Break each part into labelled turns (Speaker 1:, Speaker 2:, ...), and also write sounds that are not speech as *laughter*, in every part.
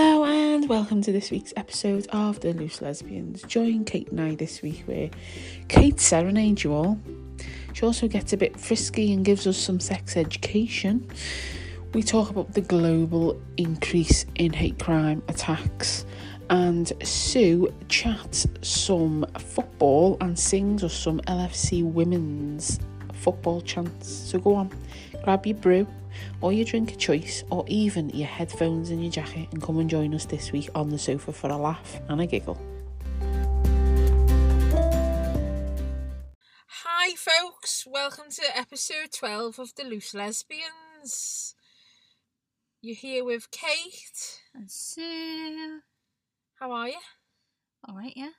Speaker 1: and welcome to this week's episode of The Loose Lesbians. Join Kate and I this week where Kate serenades you all. She also gets a bit frisky and gives us some sex education. We talk about the global increase in hate crime attacks, and Sue chats some football and sings us some LFC women's football chants. So go on, grab your brew or your drink of choice, or even your headphones and your jacket, and come and join us this week on the sofa for a laugh and a giggle.
Speaker 2: Hi, folks. Welcome to episode 12 of The Loose Lesbians. You're here with Kate.
Speaker 3: And Sue.
Speaker 2: How are you?
Speaker 3: All right, yeah.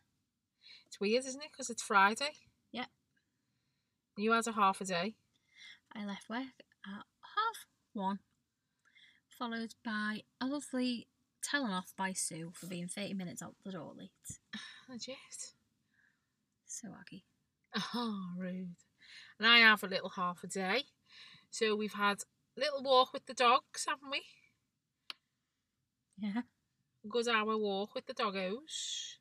Speaker 2: It's weird, isn't it? Because it's Friday.
Speaker 3: Yeah.
Speaker 2: You had a half a day.
Speaker 3: I left work at half one, followed by a lovely telling off by Sue for being 30 minutes out the door late.
Speaker 2: Legit.
Speaker 3: So aggy.
Speaker 2: Oh, rude. And I have a little half a day. So we've had a little walk with the dogs, haven't we?
Speaker 3: Yeah.
Speaker 2: A good hour walk with the doggos.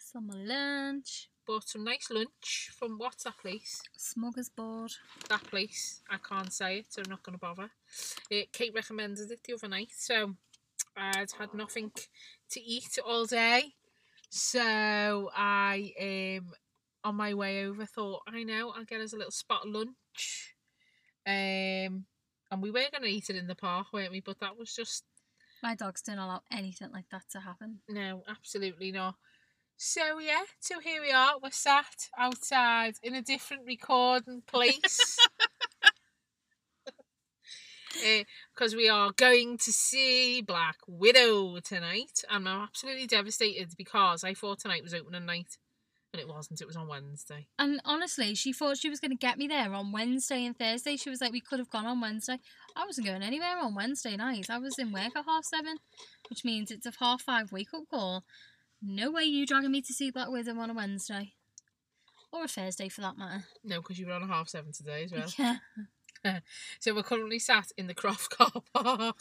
Speaker 3: Some lunch,
Speaker 2: Bought some nice lunch from what's that place?
Speaker 3: smuggler's board.
Speaker 2: that place. I can't say it, so I'm not going to bother. Uh, Kate recommended it the other night, so I'd had nothing to eat all day. So I, um, on my way over, thought, I know, I'll get us a little spot lunch. Um, and we were going to eat it in the park, weren't we? But that was just
Speaker 3: My dogs don't allow anything like that to happen.
Speaker 2: no, absolutely not. So yeah, so here we are. We're sat outside in a different recording place. Because Eh, we are going to see Black Widow tonight, and I'm absolutely devastated because I thought tonight was opening night, and it wasn't. It was on Wednesday.
Speaker 3: And honestly, she thought she was going to get me there on Wednesday and Thursday. She was like, we could have gone on Wednesday. I wasn't going anywhere on Wednesday night. I was in work at half seven, which means it's a half five wake up call. No way you dragging me to see Black Widow on a Wednesday. Or a Thursday for that matter.
Speaker 2: No, because you were on a half seven today as well.
Speaker 3: *laughs* Yeah.
Speaker 2: So we're currently sat in the Croft car *laughs*
Speaker 3: *laughs*
Speaker 2: park.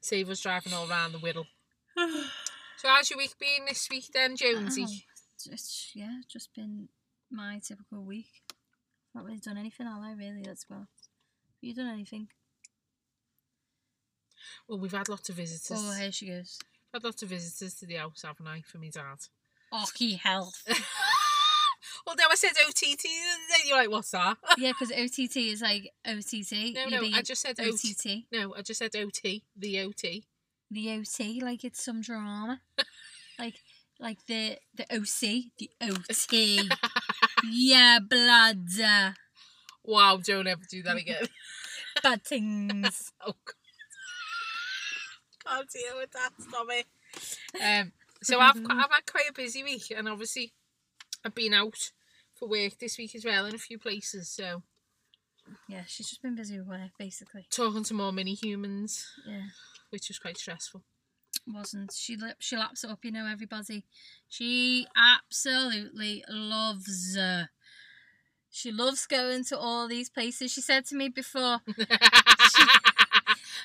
Speaker 2: Save us driving all round the
Speaker 3: *sighs*
Speaker 2: Whittle. So how's your week been this week then, Jonesy?
Speaker 3: Oh, it's just, yeah, just been my typical week. Not really done anything, have I? Really, let's go. Have you done anything?
Speaker 2: Well, we've had lots of visitors.
Speaker 3: Oh, here she goes.
Speaker 2: Had lots of visitors to the house, haven't I, for me dad? *laughs*
Speaker 3: Ocky health. *laughs*
Speaker 2: Although I said OTT, the other day, you're like, what's that?
Speaker 3: yeah, because OTT is like OTT.
Speaker 2: No,
Speaker 3: you
Speaker 2: no,
Speaker 3: be
Speaker 2: I just said OT.
Speaker 3: OTT.
Speaker 2: No, I just said OT, the OT.
Speaker 3: The OT, like it's some drama. like, like the the OC, the OT. yeah, blood. uh,
Speaker 2: Wow, don't ever do that again.
Speaker 3: Bad things.
Speaker 2: oh, God. *laughs* Can't deal with that, stop it. Um, so I've, qu- I've had quite a busy week, and obviously I've been out for work this week as well in a few places, so
Speaker 3: *laughs* yeah, she's just been busy with work, basically.
Speaker 2: talking to more mini humans,
Speaker 3: Yeah.
Speaker 2: which was quite stressful. *laughs*
Speaker 3: wasn't. She lip, she laps it up, you know, everybody. She absolutely loves. Uh, she loves going to all these places. She said to me before,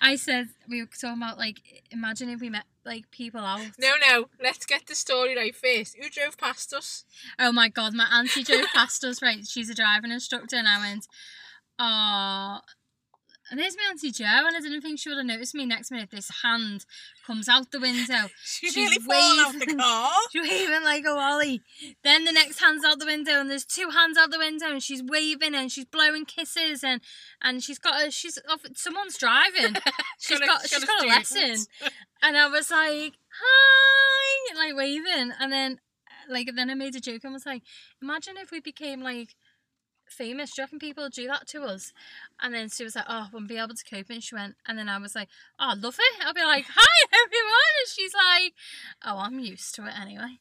Speaker 3: I said we were talking about like imagine if we met like people out.
Speaker 2: No, no. Let's get the story right first. Who drove past us?
Speaker 3: Oh my god, my auntie drove past us. Right, she's a driving instructor, and I went, "Ah." And there's my auntie Joe, and I didn't think she would have noticed me. Next minute, this hand comes out the window.
Speaker 2: She
Speaker 3: She's
Speaker 2: nearly fallen out the
Speaker 3: waving.
Speaker 2: car.
Speaker 3: She's *laughs* waving like a Wally. Then the next hand's out the window, and there's two hands out the window, and she's waving and she's blowing kisses, and and she's got a she's off, someone's driving, She's
Speaker 2: Should've-
Speaker 3: got- she's
Speaker 2: should've
Speaker 3: got a
Speaker 2: student.
Speaker 3: and I was like hi, like waving, and then uh, like then I made a joke and was like, imagine if we became like famous. Do you reckon people would do that to us? And then she was like, oh, I wouldn't be able to cope, and she went, and then I was like, oh, I love it. I'll be like, hi *laughs* everyone, and she's like, oh, I'm used to it
Speaker 2: *laughs*
Speaker 3: anyway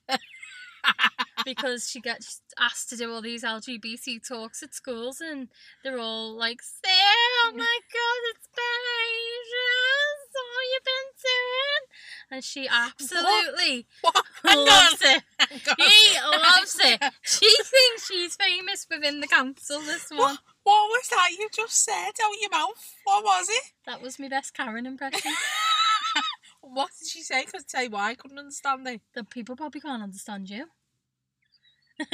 Speaker 3: because she gets asked to do all these LGBT talks at schools, and they're all like, "Say, oh my god, it's Belarus! All you've been doing!" And she absolutely
Speaker 2: *laughs* What? Hang on.
Speaker 3: loves it.
Speaker 2: Hang on.
Speaker 3: He loves it. She thinks she's famous within the council. This one.
Speaker 2: What, what was that you just said out your mouth? What was it?
Speaker 3: That was my best Karen impression.
Speaker 2: what did she say? Because tell you why I couldn't understand it.
Speaker 3: The people probably can't understand you.
Speaker 2: *laughs*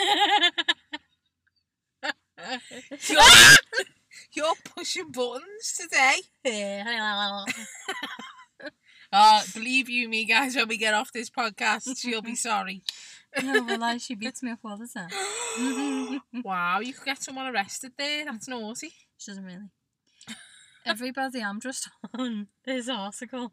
Speaker 2: You're, you're pushing buttons today. Uh, believe you me, guys, when we get off this podcast, she'll *laughs* be sorry.
Speaker 3: *laughs* no, well, like, she beats me up all the time.
Speaker 2: wow, you could get someone arrested there. That's naughty.
Speaker 3: She doesn't really. Everybody, I'm just on this article.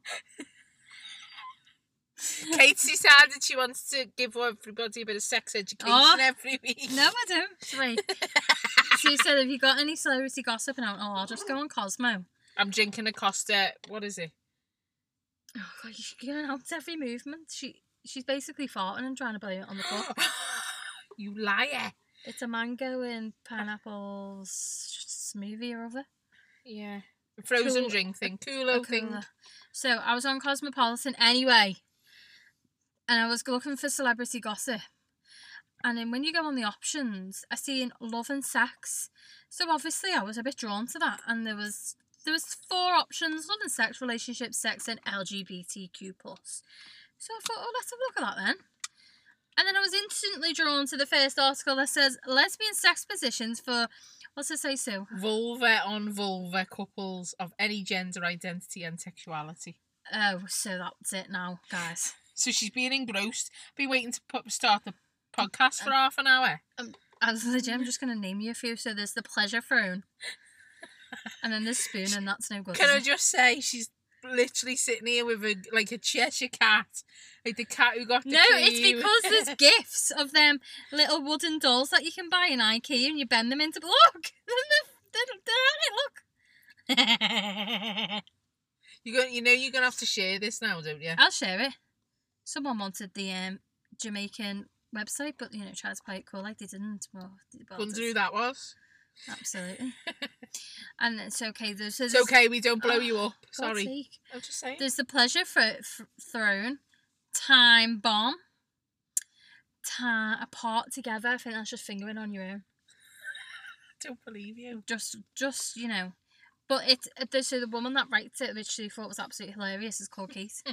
Speaker 2: Kate decided she wants to give everybody a bit of sex education
Speaker 3: Oh.
Speaker 2: every week.
Speaker 3: No, I don't. Wait. she said, "Have you got any celebrity gossip?" And I went, "Oh, I'll just go on Cosmo."
Speaker 2: I'm drinking a Costa. What is it?
Speaker 3: Oh God, she's giving out every movement. She she's basically farting and trying to blame it on the *gasps* cup.
Speaker 2: *laughs* you liar.
Speaker 3: It's a mango and pineapple s- smoothie or other.
Speaker 2: Yeah. Frozen
Speaker 3: Cool-
Speaker 2: drink thing. Coolo thing.
Speaker 3: Cola. So I was on Cosmopolitan anyway, and I was looking for celebrity gossip. And then when you go on the options, I see in love and sex. So obviously I was a bit drawn to that, and there was there was four options: love and sex, relationships, sex, and LGBTQ plus. So I thought, oh, let's have a look at that then. And then I was instantly drawn to the first article that says lesbian sex positions for what's it say, Sue?
Speaker 2: Vulva on vulva couples of any gender identity and sexuality.
Speaker 3: Oh, so that's it now, guys.
Speaker 2: So she's been engrossed. Been waiting to put, start the podcast for half an hour.
Speaker 3: I was legit, I'm just going to name you a few. So there's the pleasure throne. And then there's spoon, and that's no good.
Speaker 2: Can I
Speaker 3: is it?
Speaker 2: just say she's literally sitting here with a like a Cheshire cat, like the cat who got the
Speaker 3: no,
Speaker 2: cream.
Speaker 3: it's
Speaker 2: *laughs*
Speaker 3: because there's gifts of them little wooden dolls that you can buy in IKEA, and you bend them into look. *laughs* They're on it.
Speaker 2: *laughs*
Speaker 3: Look.
Speaker 2: you're gonna, you know you're gonna have to share this now, don't you?
Speaker 3: I'll share it. Someone wanted the um, Jamaican website, but you know, tried to play it cool like they didn't. Well, well,
Speaker 2: Couldn't do
Speaker 3: just-
Speaker 2: that was. *laughs*
Speaker 3: Absolutely. and it's okay. There's, so
Speaker 2: It's
Speaker 3: there's-
Speaker 2: okay, we don't blow you up.
Speaker 3: God's
Speaker 2: Sorry.
Speaker 3: sake.
Speaker 2: I'm just saying.
Speaker 3: There's the pleasure for, for throne, time bomb, time apart together. I think that's just fingering on your own.
Speaker 2: don't believe you.
Speaker 3: Just, just you know. But it's it, so the woman that writes it, which she thought was absolutely hilarious, is called Keith.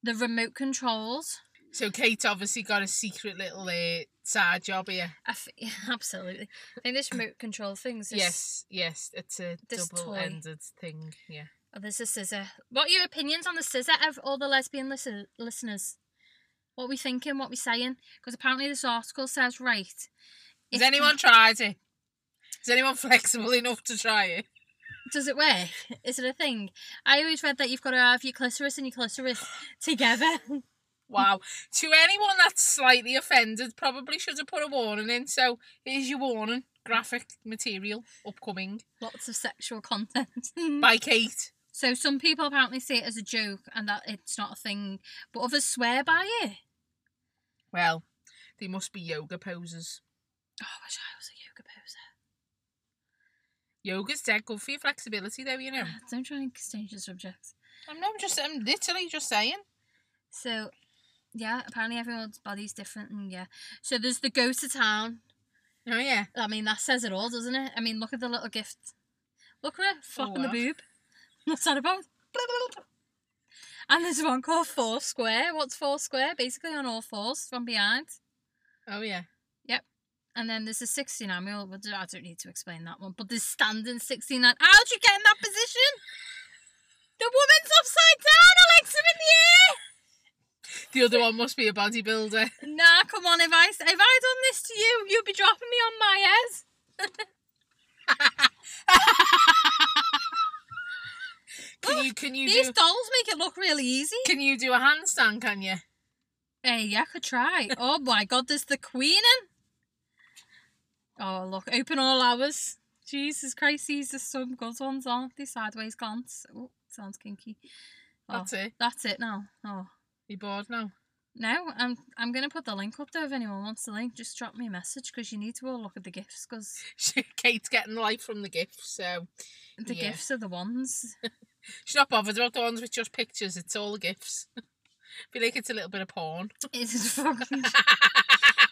Speaker 3: the remote controls.
Speaker 2: So Kate obviously got a secret little uh, side job here.
Speaker 3: I f- *laughs* absolutely. I think this remote control thing's just,
Speaker 2: yes, yes, it's a
Speaker 3: this toy.
Speaker 2: double-ended thing. Yeah.
Speaker 3: Oh, there's a scissor. What are your opinions on the scissor of all the lesbian listen- listeners? What we thinking? What we saying? Because apparently this article says right.
Speaker 2: Has
Speaker 3: if-
Speaker 2: anyone tried it? Is anyone *laughs* flexible enough to try it?
Speaker 3: Does it work? Is it a thing? I always read that you've got to have your clitoris and your clitoris together. *laughs*
Speaker 2: Wow. to anyone that's slightly offended, probably should have put a warning in. So here's your warning. Graphic material upcoming
Speaker 3: Lots of sexual content.
Speaker 2: by Kate.
Speaker 3: *laughs* so some people apparently see it as a joke and that it's not a thing, but others swear by it.
Speaker 2: Well, they must be yoga poses.
Speaker 3: Oh, I wish I was a yoga poser.
Speaker 2: Yoga's dead good for your flexibility, though, you know.
Speaker 3: *sighs* Don't try and exchange the subjects.
Speaker 2: I'm not I'm just, I'm literally just saying.
Speaker 3: So, yeah, apparently everyone's body's different, and yeah. So there's the go to town.
Speaker 2: Oh, yeah.
Speaker 3: I mean, that says it all, doesn't it? I mean, look at the little gift. Look at her flopping the
Speaker 2: wow.
Speaker 3: boob. *laughs* What's that about? And there's one called Four Square. What's Four Square? Basically on all fours from behind.
Speaker 2: Oh, yeah.
Speaker 3: And then there's a 69 year old. I don't need to explain that one, but there's standing 69. How'd you get in that position? The woman's upside down. Her legs are in the air.
Speaker 2: The other one must be a bodybuilder.
Speaker 3: Nah, come on. If I, if I done this to you, you'd be dropping me on my ass.
Speaker 2: Can you, can you
Speaker 3: These
Speaker 2: do...
Speaker 3: dolls make it look really easy.
Speaker 2: Can you do a handstand, can you?
Speaker 3: Hey, yeah, I could try. Oh my god, there's the queen in. Oh look, open all hours. Jesus Christ, these are some good ones, aren't they? Sideways glance. Oh, sounds kinky. Oh,
Speaker 2: That's it.
Speaker 3: That's it now. Oh.
Speaker 2: You bored now? *laughs*
Speaker 3: No, I'm I'm gonna put the link up though. If anyone wants the link, just drop me a message because you need to all look at the gifts because
Speaker 2: Kate's getting life from the gift, so
Speaker 3: the
Speaker 2: Yeah.
Speaker 3: gifts are the ones.
Speaker 2: *laughs* she's not bothered about the ones with just pictures. It's all the gifts. *laughs* Be like it's a little bit of porn.
Speaker 3: It's
Speaker 2: *laughs*
Speaker 3: fucking.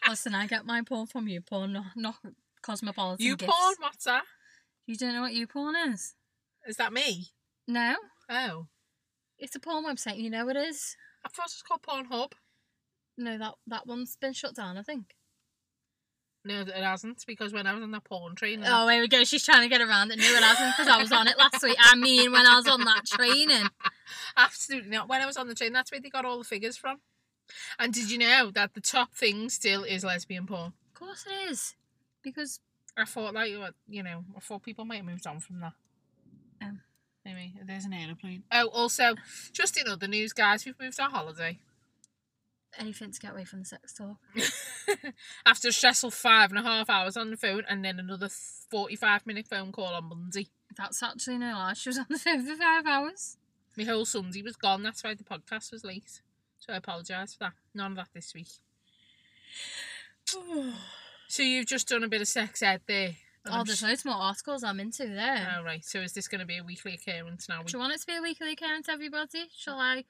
Speaker 3: Listen, I get my porn from you porn, not, not cosmopolitan.
Speaker 2: you
Speaker 3: gifts.
Speaker 2: porn? What's that?
Speaker 3: You don't know what you porn is?
Speaker 2: Is that me?
Speaker 3: No.
Speaker 2: Oh,
Speaker 3: It's a porn website, you know it is.
Speaker 2: I thought it was called Pornhub.
Speaker 3: No, that that one's been shut down, I think.
Speaker 2: No, it hasn't because when I was on that porn train, and
Speaker 3: Oh, here we go. She's trying to get around it. No, it hasn't because I was on it last week. I mean, when I was on that training. Oh.
Speaker 2: Absolutely not. When I was on the train, that's where they got all the figures from. And did you know that the top thing still is lesbian porn?
Speaker 3: Of course it is. Because
Speaker 2: I thought like you know, I thought people might have moved on from that.
Speaker 3: Um.
Speaker 2: Anyway, there's an aeroplane. Oh, also, just in other news, guys, we've moved our holiday
Speaker 3: anything to get away from the sex talk.
Speaker 2: *laughs* after a stressful five and a half hours on the phone, and then another forty-five minute phone call on Monday.
Speaker 3: That's actually no lie. She was on the phone for five hours.
Speaker 2: My whole Sunday was gone. That's why the podcast was late. So I apologise for that. None of that this week. So you've just done a bit of sex ed there. And
Speaker 3: Oh,
Speaker 2: I'm
Speaker 3: there's
Speaker 2: sh-
Speaker 3: loads more articles I'm into there.
Speaker 2: Oh, right. So is this going to be a weekly occurrence now? We-
Speaker 3: Do you want it to be a weekly account, everybody? Shall I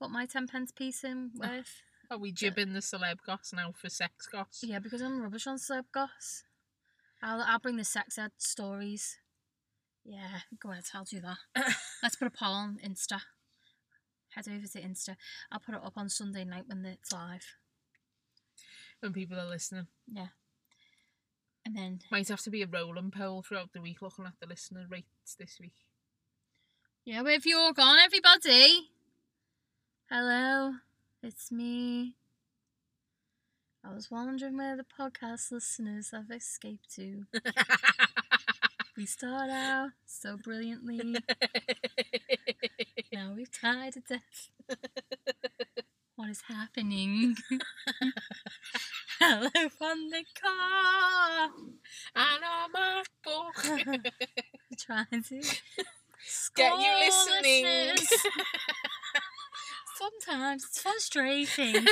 Speaker 3: put my 10 pence piece in
Speaker 2: Oh.
Speaker 3: with?
Speaker 2: Are we jibbing the celeb goss now for sex goss?
Speaker 3: yeah, because I'm rubbish on celeb goss. I'll, I'll bring the sex ed stories. Yeah, go ahead, I'll do that. *coughs* Let's put a poll on Insta. Head over to Insta. I'll put it up on Sunday night when it's live.
Speaker 2: When people are listening.
Speaker 3: Yeah. And then,
Speaker 2: Might have to be a rolling poll throughout the week looking at the listener rates this week. *laughs*
Speaker 3: yeah, well, if you're gone, everybody. Hello, it's me. I was wondering where the podcast listeners have escaped to. We start out so brilliantly. Now we've tied to death.
Speaker 2: *laughs*
Speaker 3: what is happening? *laughs* Hello from the car.
Speaker 2: and our MacBook.
Speaker 3: *laughs* Trying to
Speaker 2: *laughs* Get
Speaker 3: score
Speaker 2: you listening. *laughs*
Speaker 3: listeners. Sometimes it's
Speaker 2: *laughs*
Speaker 3: frustrating.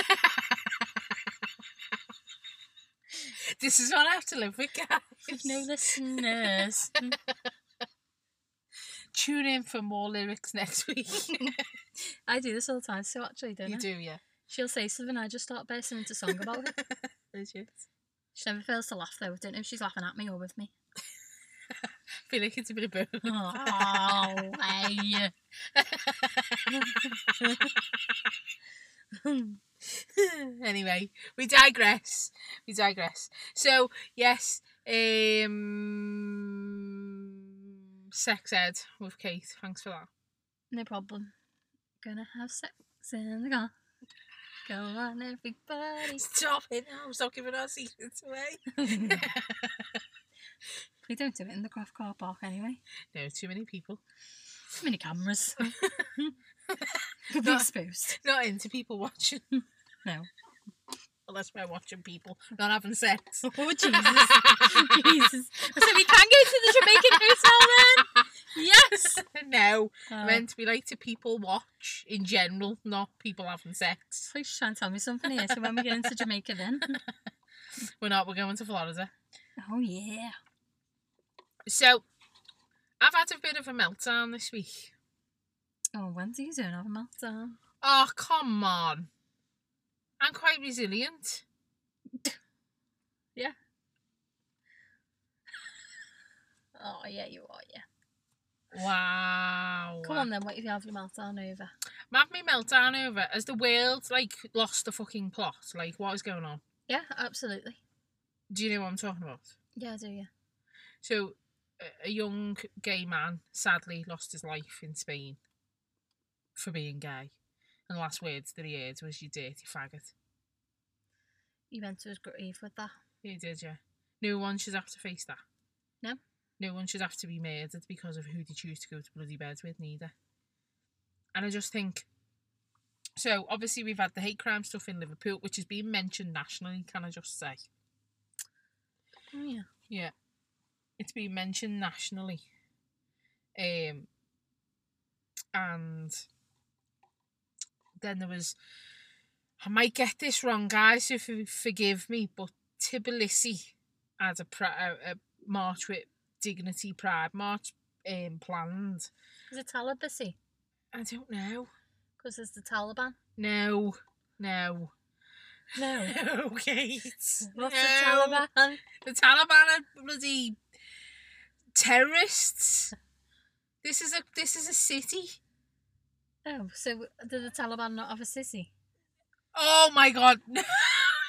Speaker 2: this is what I have to live with, guys.
Speaker 3: With no listeners.
Speaker 2: Tune in for more lyrics next
Speaker 3: *laughs*
Speaker 2: week.
Speaker 3: I do this all the time, so actually don't
Speaker 2: you
Speaker 3: I?
Speaker 2: do, yeah.
Speaker 3: She'll say something, I just start bursting into song about
Speaker 2: *laughs*
Speaker 3: it.
Speaker 2: Legit.
Speaker 3: She never fails to laugh though. I don't know if she's laughing at me or with
Speaker 2: *laughs*
Speaker 3: me.
Speaker 2: feel like it's a bit of both. *laughs*
Speaker 3: Oh, hey.
Speaker 2: anyway, we digress. We digress. So yes, um, sex ed with Kate. Thanks for that.
Speaker 3: No problem. Gonna have sex in the car. Go on, everybody.
Speaker 2: Stop it now! Stop giving our secrets away.
Speaker 3: we don't do it in the craft car park anyway.
Speaker 2: No, too many people.
Speaker 3: Too many *laughs* cameras. Could be exposed.
Speaker 2: Not into people watching *laughs*
Speaker 3: No.
Speaker 2: unless we're watching people not having
Speaker 3: *laughs*
Speaker 2: sex.
Speaker 3: Oh, Jesus. Jesus. So we can go to the Jamaican
Speaker 2: *laughs*
Speaker 3: hotel then? Yes.
Speaker 2: no,
Speaker 3: Oh,
Speaker 2: meant we like to people watch in general, not people having sex.
Speaker 3: so she's trying to tell me something here. So when we get into Jamaica *laughs* then?
Speaker 2: We're not. We're going to Florida.
Speaker 3: Oh, yeah.
Speaker 2: So, I've had a bit of a meltdown this week.
Speaker 3: Oh, when's you doing? Have a meltdown.
Speaker 2: Oh, come on. I'm quite resilient.
Speaker 3: Oh, yeah, you are, yeah.
Speaker 2: Wow.
Speaker 3: Come on then, what if you have your meltdown over?
Speaker 2: I'm having me meltdown over as the world, like, lost the fucking plot. Like, what is going on?
Speaker 3: Yeah, absolutely.
Speaker 2: Do you know what I'm talking about?
Speaker 3: Yeah, I do, yeah.
Speaker 2: So, a- a young gay man sadly lost his life in Spain for being gay. And the last words that he heard was, you dirty faggot.
Speaker 3: You went to his grave with that.
Speaker 2: He did, yeah. No one should have to face that.
Speaker 3: No?
Speaker 2: No one should have to be murdered because of who they choose to go to bloody bed with, neither. And I just think. So, obviously, we've had the hate crime stuff in Liverpool, which is being mentioned nationally, can I just say?
Speaker 3: Oh, yeah.
Speaker 2: Yeah. It's been mentioned nationally. Um and then there was I might get this wrong, guys, so f- forgive me, but Tbilisi had a, pri- a, a march with dignity pride march um, planned.
Speaker 3: Is it Talibacy?
Speaker 2: I don't know.
Speaker 3: Because it's the Taliban?
Speaker 2: No, no, *laughs*
Speaker 3: No.
Speaker 2: no, Kate.
Speaker 3: What's
Speaker 2: no.
Speaker 3: the Taliban?
Speaker 2: The Taliban are bloody terrorists. This is a this is a city.
Speaker 3: Oh, so did the Taliban not have a sissy?
Speaker 2: Oh my god, *laughs* no!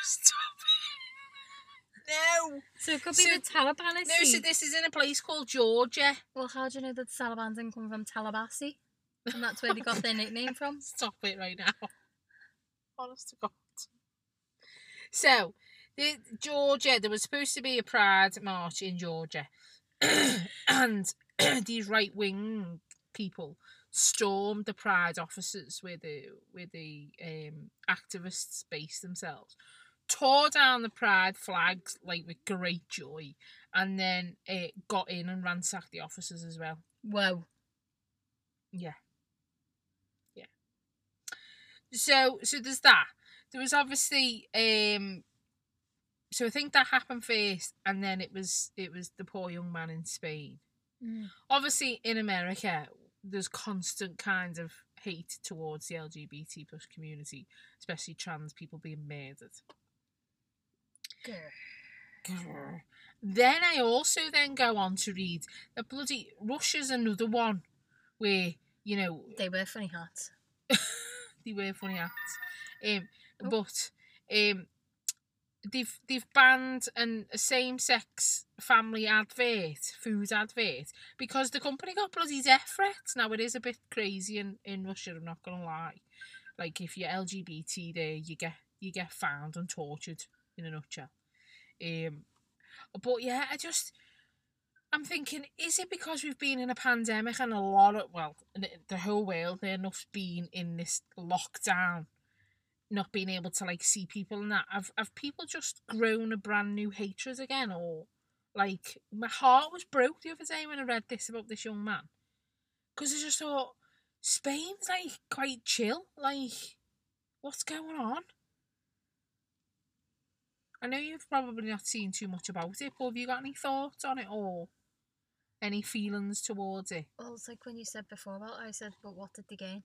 Speaker 2: Stop it! No!
Speaker 3: So it could be
Speaker 2: So-
Speaker 3: the Taliban is.
Speaker 2: No, so this is in a place called Georgia.
Speaker 3: Well, how do you know that the Taliban didn't come from Talabasi? And that's where they got their nickname from.
Speaker 2: Stop it right now. *laughs* Honest to God. So, the, Georgia, there was supposed to be a Pride march in Georgia. *coughs* and *coughs* these right wing people stormed the Pride offices where the where the um, activists based themselves, tore down the Pride flags like with great joy, and then uh, got in and ransacked the offices as well.
Speaker 3: Whoa.
Speaker 2: Yeah. Yeah. So so there's that. There was obviously um so I think that happened first and then it was it was the poor young man in Spain. Mm. Obviously in America there's constant kind of hate towards the LGBT plus community, especially trans people being murdered. Grr. Then I also then go on to read the bloody Russia's another one where, you know,
Speaker 3: They wear funny hats.
Speaker 2: they were funny acts. Um,
Speaker 3: Oh.
Speaker 2: But um, they've they've banned an, a same sex family advert, food advert, because the company got bloody death threats. Now it is a bit crazy in, in Russia. I'm not gonna lie. Like if you're LGBT there, you get you get found and tortured in a nutshell. Um, but yeah, I just. I'm thinking, is it because we've been in a pandemic and a lot of, well, n- the whole world, they're enough's been in this lockdown, not being able to like see people and that. Have, have people just grown a brand new hatred again? Or like, my heart was broke the other day when I read this about this young man. Because I just thought, Spain's like quite chill. Like, what's going on? I know you've probably not seen too much about it, but have you got any thoughts on it or any feelings towards it?
Speaker 3: Well, it's like when you said before about I said, but what did they gain?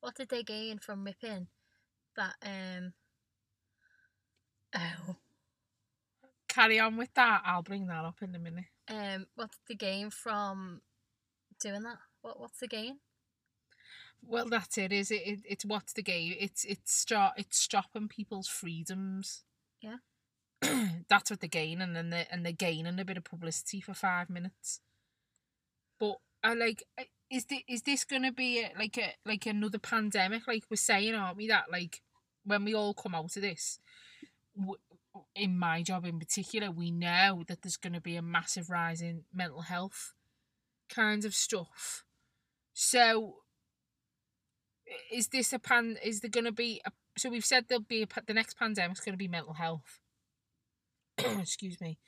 Speaker 3: What did they gain from ripping that, um. Oh.
Speaker 2: Carry on with that. I'll bring that up in a minute.
Speaker 3: Um, what did they gain from doing that? What What's the gain?
Speaker 2: Well, that's it. Is it? it it's what's the game? It's it's start. It's stopping people's freedoms.
Speaker 3: Yeah.
Speaker 2: *clears throat* that's what they're gaining, and they and they're gaining a bit of publicity for five minutes. But I like. I- Is this is this gonna be a, like a like another pandemic? Like we're saying, aren't we? That like when we all come out of this. w- In my job, in particular, we know that there's going to be a massive rise in mental health kind of stuff. So is this a pan is there going to be a, so we've said there'll be a, pa- the next pandemic's going to be mental health *coughs* excuse me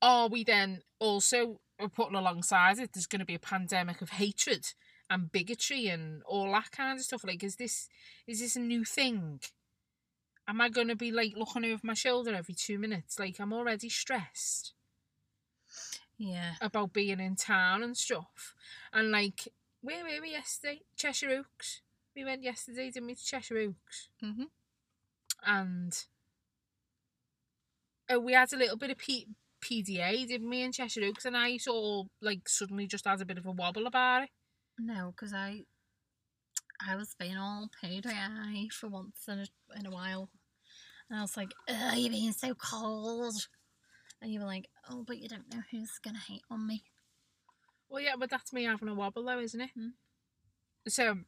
Speaker 2: are we then also uh, putting alongside it there's going to be a pandemic of hatred and bigotry and all that kind of stuff like is this is this a new thing am i going to be like looking over my shoulder every two minutes like i'm already stressed
Speaker 3: Yeah.
Speaker 2: about being in town and stuff. And like, where were we yesterday? Cheshire Oaks. We went yesterday, didn't we, to Cheshire Oaks?
Speaker 3: Mm-hmm.
Speaker 2: And uh, we had a little bit of P- PDA, didn't we, in Cheshire Oaks? And I sort of like suddenly just had a bit of a wobble about it.
Speaker 3: No, because I I was being all paid eye for once in a, in a while. And I was like, Ugh, you're being so cold. And you were like, oh, but you don't know who's going to hate on me.
Speaker 2: Well, yeah, but that's me having a wobble, though, isn't it?
Speaker 3: Mm.
Speaker 2: So,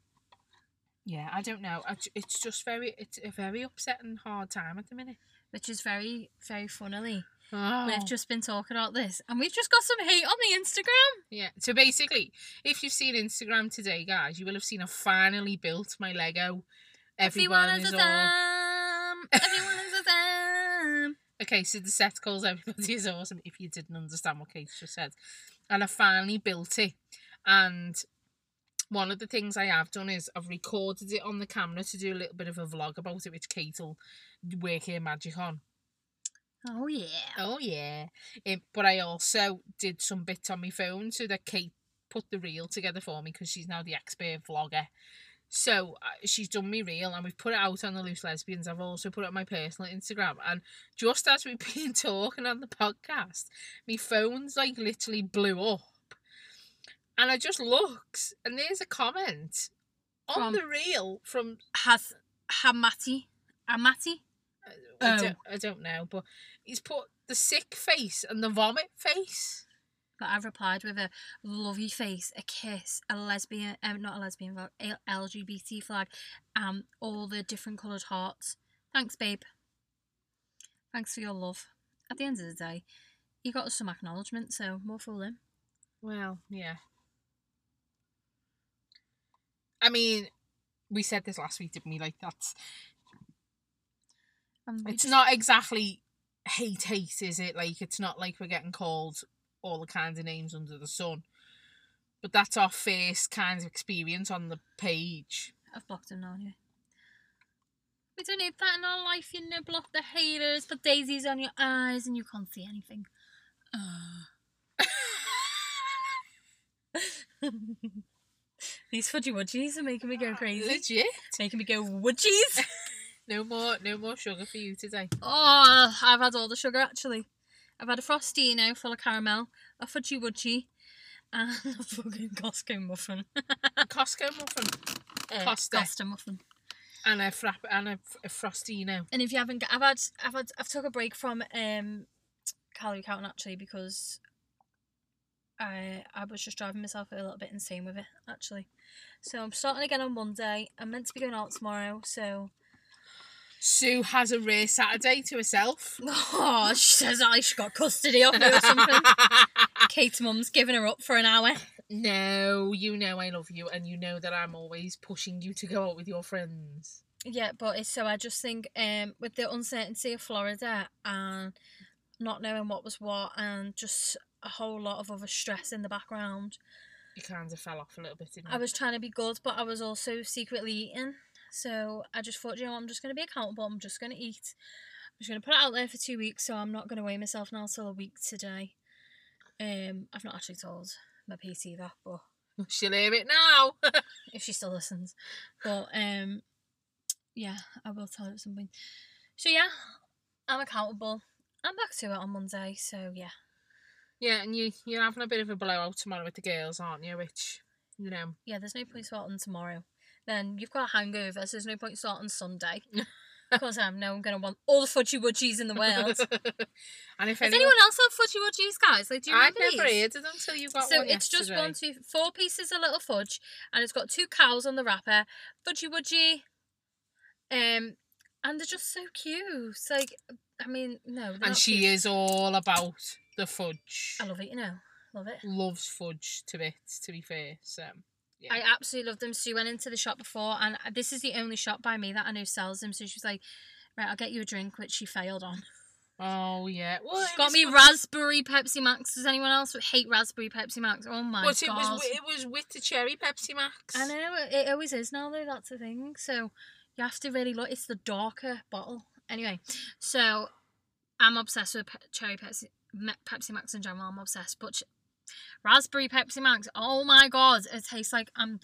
Speaker 2: yeah, I don't know. I ju- It's just very, it's a very upsetting, hard time at the minute.
Speaker 3: Which is very, very funnily.
Speaker 2: Oh.
Speaker 3: We've just been talking about this. And we've just got some hate on the Instagram.
Speaker 2: Yeah. So basically, if you've seen Instagram today, guys, you will have seen I finally built my Lego. Everyone is
Speaker 3: a
Speaker 2: all
Speaker 3: them. Everyone is
Speaker 2: *laughs*
Speaker 3: a them.
Speaker 2: okay. So the set calls everybody *laughs* is awesome. If you didn't understand what Kate just said, and I finally built it. And one of the things I have done is I've recorded it on the camera to do a little bit of a vlog about it, which Kate will work her magic on.
Speaker 3: Oh, yeah.
Speaker 2: Oh yeah. Um, but I also did some bits on my phone so that Kate put the reel together for me because she's now the expert vlogger. So uh, she's done me reel and we've put it out on the Loose Lesbians. I've also put it on my personal Instagram. And just as we've *laughs* been talking on the podcast, my phone's like literally blew up. And I just looked and there's a comment on
Speaker 3: From-
Speaker 2: the reel from
Speaker 3: Has Hamati. Amati.
Speaker 2: I,
Speaker 3: Oh.
Speaker 2: don't, I don't know, but he's put the sick face and the vomit face.
Speaker 3: But I've replied with a lovey face, a kiss, a lesbian, um, not a lesbian, but a LGBT flag, um, all the different coloured hearts. Thanks, babe. Thanks for your love. At the end of the day, he got us some acknowledgement, so more fool him.
Speaker 2: Well, yeah. I mean, we said this last week, didn't we? Like that's
Speaker 3: And Um, we
Speaker 2: it's
Speaker 3: just-
Speaker 2: not exactly hate hate, is it? Like it's not like we're getting called all the kinds of names under the sun. But that's our first kind of experience on the page.
Speaker 3: I've blocked him now anyway. We don't need that in our life, you know. Block the haters, put daisies on your eyes, and you can't see anything. Ah. *laughs* These fudgy wudgies are making me
Speaker 2: Ah,
Speaker 3: go crazy.
Speaker 2: Legit.
Speaker 3: It's making me go wudgies.
Speaker 2: No more no more sugar for you today.
Speaker 3: *laughs* oh, I've had all the sugar actually. I've had a frostino full of caramel, a fudgy wudgy, and a fucking Costco muffin.
Speaker 2: A Costco muffin
Speaker 3: Uh,
Speaker 2: Costa.
Speaker 3: Costa muffin.
Speaker 2: and a frap and a, a frostino.
Speaker 3: And if you haven't, got- I've had, I've had, I've took a break from um, calorie counting actually because I I was just driving myself a little bit insane with it actually. So I'm starting again on Monday. I'm meant to be going out tomorrow, *laughs* so
Speaker 2: Sue has a rare Saturday to herself.
Speaker 3: *laughs* oh, she says I she got custody of me *laughs* or something. Kate's mum's giving her up for an hour.
Speaker 2: no, you know I love you, and you know that I'm always pushing you to go out with your friends.
Speaker 3: Yeah, but it's, so I just think um with the uncertainty of Florida and not knowing what was what and just a whole lot of other stress in the background.
Speaker 2: You kind of fell off a little bit. Didn't you?
Speaker 3: I was trying to be good, but I was also secretly eating. So I just thought, you know, what, I'm just going to be accountable. I'm just going to eat. I'm just going to put it out there for two weeks. So I'm not going to weigh myself now till a week today. Um, I've not actually told my PT that, but
Speaker 2: *laughs* She'll hear it now. *laughs*
Speaker 3: if she still listens, but um, yeah, I will tell her at some point. So yeah, I'm accountable. I'm back to it on Monday. So yeah,
Speaker 2: yeah, and you you're having a bit of a blowout tomorrow with the girls, aren't you? Which you know,
Speaker 3: yeah. There's no point starting tomorrow. Then you've got a hangover, so there's no point starting Sunday. Because I'm now going to want all the fudgy wudgies in
Speaker 2: *laughs*
Speaker 3: the world.
Speaker 2: and if
Speaker 3: Does
Speaker 2: anyone,
Speaker 3: anyone else have fudgy wudgies, guys? Like, do you
Speaker 2: I've
Speaker 3: remember
Speaker 2: never
Speaker 3: these?
Speaker 2: heard of them until you got
Speaker 3: So
Speaker 2: one.
Speaker 3: it's just
Speaker 2: yesterday.
Speaker 3: one, two, four pieces of little fudge, and it's got two cows on the wrapper. Fudgy wudgy, um, and they're just so cute. Like, I mean, no,
Speaker 2: And she is all about the fudge.
Speaker 3: I love it. You know, love it.
Speaker 2: Loves fudge to bits. To be fair, so Yeah.
Speaker 3: I absolutely love them. She went into the shop before, and this is the only shop by me that I know sells them. So she was like, "Right, I'll get you a drink," which she failed on.
Speaker 2: oh yeah, well,
Speaker 3: She's
Speaker 2: it
Speaker 3: got
Speaker 2: was
Speaker 3: me raspberry Pepsi Max. Does anyone else hate raspberry Pepsi Max? Oh my
Speaker 2: But it
Speaker 3: god!
Speaker 2: was wi- it was with the cherry Pepsi Max.
Speaker 3: I know it- it always is now though. That's the thing. So you have to really look. It's the darker bottle. Anyway, so I'm obsessed with pe- cherry Pepsi, Me- Pepsi Max in general. I'm obsessed, but ch- raspberry Pepsi Max. Oh my god! It tastes like um.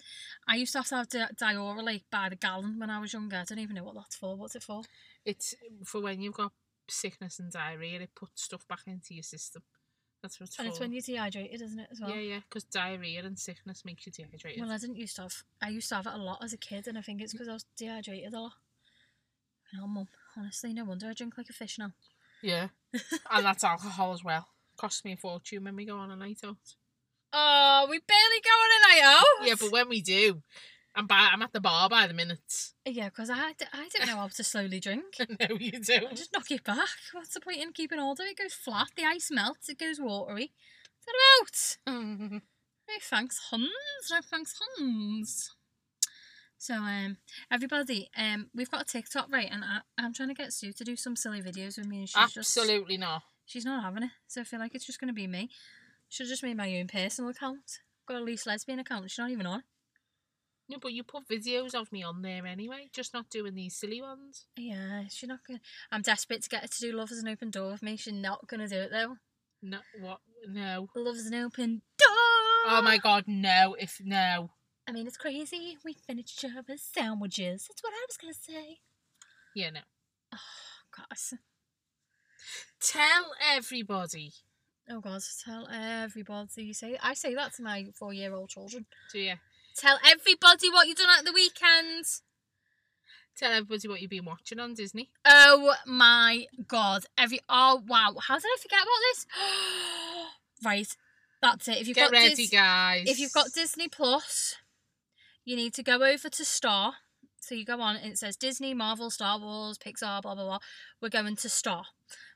Speaker 3: I used to have to have Di- Diora like by the gallon when I was younger. I don't even know what that's for. What's it for?
Speaker 2: It's for when you've got sickness and diarrhea. It puts stuff back into your system. That's what it's
Speaker 3: And
Speaker 2: for.
Speaker 3: it's when you're dehydrated, isn't it? As well.
Speaker 2: Yeah, yeah. Because diarrhea and sickness makes you dehydrated.
Speaker 3: Well, I didn't used to have. I used to have it a lot as a kid, and I think it's
Speaker 2: Mm.
Speaker 3: because I was dehydrated a lot. You know, mum. Honestly, no wonder I drink like a fish now. *laughs*
Speaker 2: yeah, and that's alcohol as well. Costs me a fortune when we go on a night out.
Speaker 3: Oh, we barely go on an IO.
Speaker 2: Yeah, but when we do, I'm by, I'm at the bar by the minute. *laughs*
Speaker 3: yeah, because I, d- I don't know how to slowly drink.
Speaker 2: no, you
Speaker 3: *laughs* I
Speaker 2: don't.
Speaker 3: just knock it back. What's the point in keeping order? It goes flat. The ice melts. It goes watery. What's that about? No thanks, Hans. No thanks, Hans. So, um, everybody, um, we've got a TikTok right, and I, I'm trying to get Sue to do some silly videos with me, and she's just
Speaker 2: Absolutely not.
Speaker 3: She's not having it, so I feel like it's just going to be me. Should have just made my own personal account. Got a least lesbian account. She's not even on. it.
Speaker 2: No, but you put videos of me on there anyway. Just not doing these silly ones.
Speaker 3: Yeah, she's not going. to I'm desperate to get her to do "Love Is an Open Door" with me. She's not going to do it though.
Speaker 2: No, what? No.
Speaker 3: "Love Is an Open Door."
Speaker 2: Oh my god, no! If no,
Speaker 3: I mean, it's crazy. We finished each other's sandwiches. That's what I was going to say.
Speaker 2: yeah, no.
Speaker 3: Oh gosh.
Speaker 2: Tell everybody.
Speaker 3: Oh god. Tell everybody. You say I say that to my four-year-old children.
Speaker 2: Do you?
Speaker 3: Tell everybody what you've done at the weekend.
Speaker 2: Tell everybody what you've been watching on Disney.
Speaker 3: Oh my god. Every oh wow. How did I forget about this? *gasps* right. That's it. If you've
Speaker 2: Get
Speaker 3: got
Speaker 2: ready,
Speaker 3: Dis-
Speaker 2: guys.
Speaker 3: if you've got Disney Plus, you need to go over to Star. So you go on and it says Disney, Marvel, Star Wars, Pixar, blah blah blah. We're going to Star.